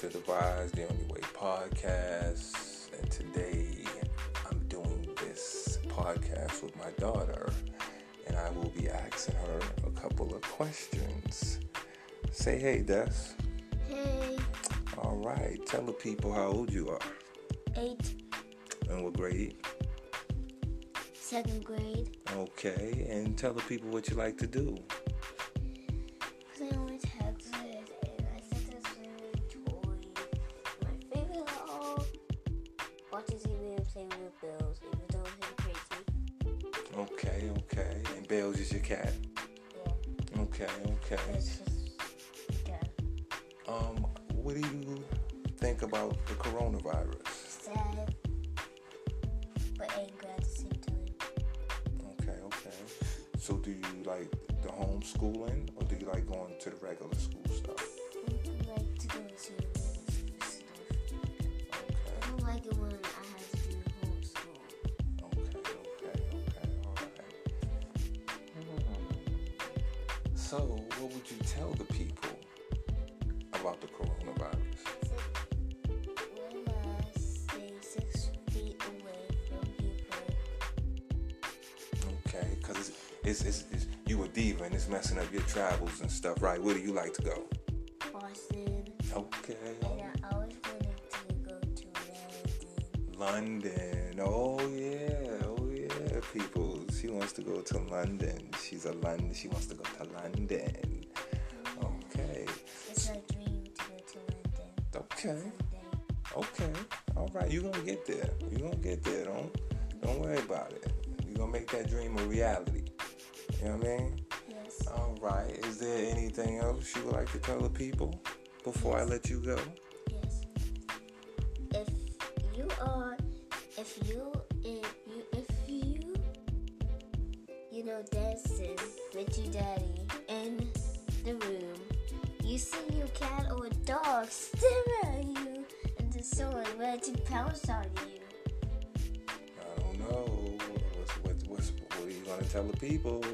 to the Rise, the Only Way podcast. And today I'm doing this podcast with my daughter, and I will be asking her a couple of questions. Say hey, Des. Hey, All right, tell the people how old you are eight, and what grade. second grade. Okay, and tell the people what you like to do. Cause I went to Texas and I said this really toy. My favorite at all watching TV and playing with Bills, even though he's crazy. Okay, okay. And Bells is your cat. Yeah, Okay, okay. it's just yeah, Um, what do you think about the coronavirus? sad but angry at the same time. Okay, okay. So do you like the homeschooling or do you like going to the regular school stuff? I like to go to stuff. I Okay, don't like it when I have to do homeschool. okay, okay, okay, all right. Hmm. So what would you tell the people about the coronavirus? Okay, because it's, it's, it's, it's, you a diva and it's messing up your travels and stuff, right? Where do you like to go? Boston, Okay, and I always wanted to go to London. London. Oh yeah, oh yeah, people. She wants to go to London. She's a London. She wants to go to London. Okay, It's my dream to go to London okay, someday. okay. All right, you gonna get there. You gonna get there. Don't don't worry about it. You gonna make that dream a reality. You know what I mean? Yes. All right. Is there anything else you would like to tell the people before I let you go? Yes. If you are, if you, if you, if you, you know, dancing with your daddy in the room, you see your cat or dog staring at you and the someone ready to pounce on you. I don't know. What's, what's, what's, what are you gonna tell the people?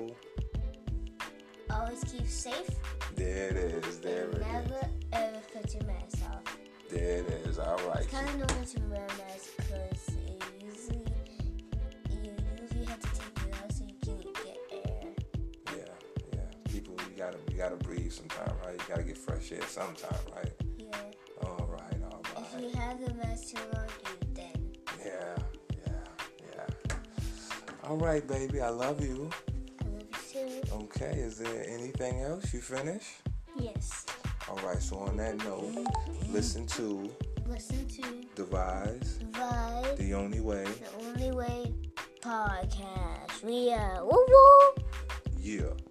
Always keep safe There it is. There and it is. never ever put your mask off. There it is. All right. It's kind of normal to wear a mask because it usually, you usually have to take it off so you can get air. Yeah, yeah. People, you gotta, you gotta breathe sometime, right? You gotta get fresh air sometime, right? Yeah. All right, all If right. you have the mask too long, you then. Yeah, yeah, yeah. All right, baby. I love you. I love you too. Okay. Is there anything else? You finish? Yes. All right. So on that note, listen to Listen to Devise Vibe, the Only Way. the Only Way podcast. We are. Woo woo! Yeah.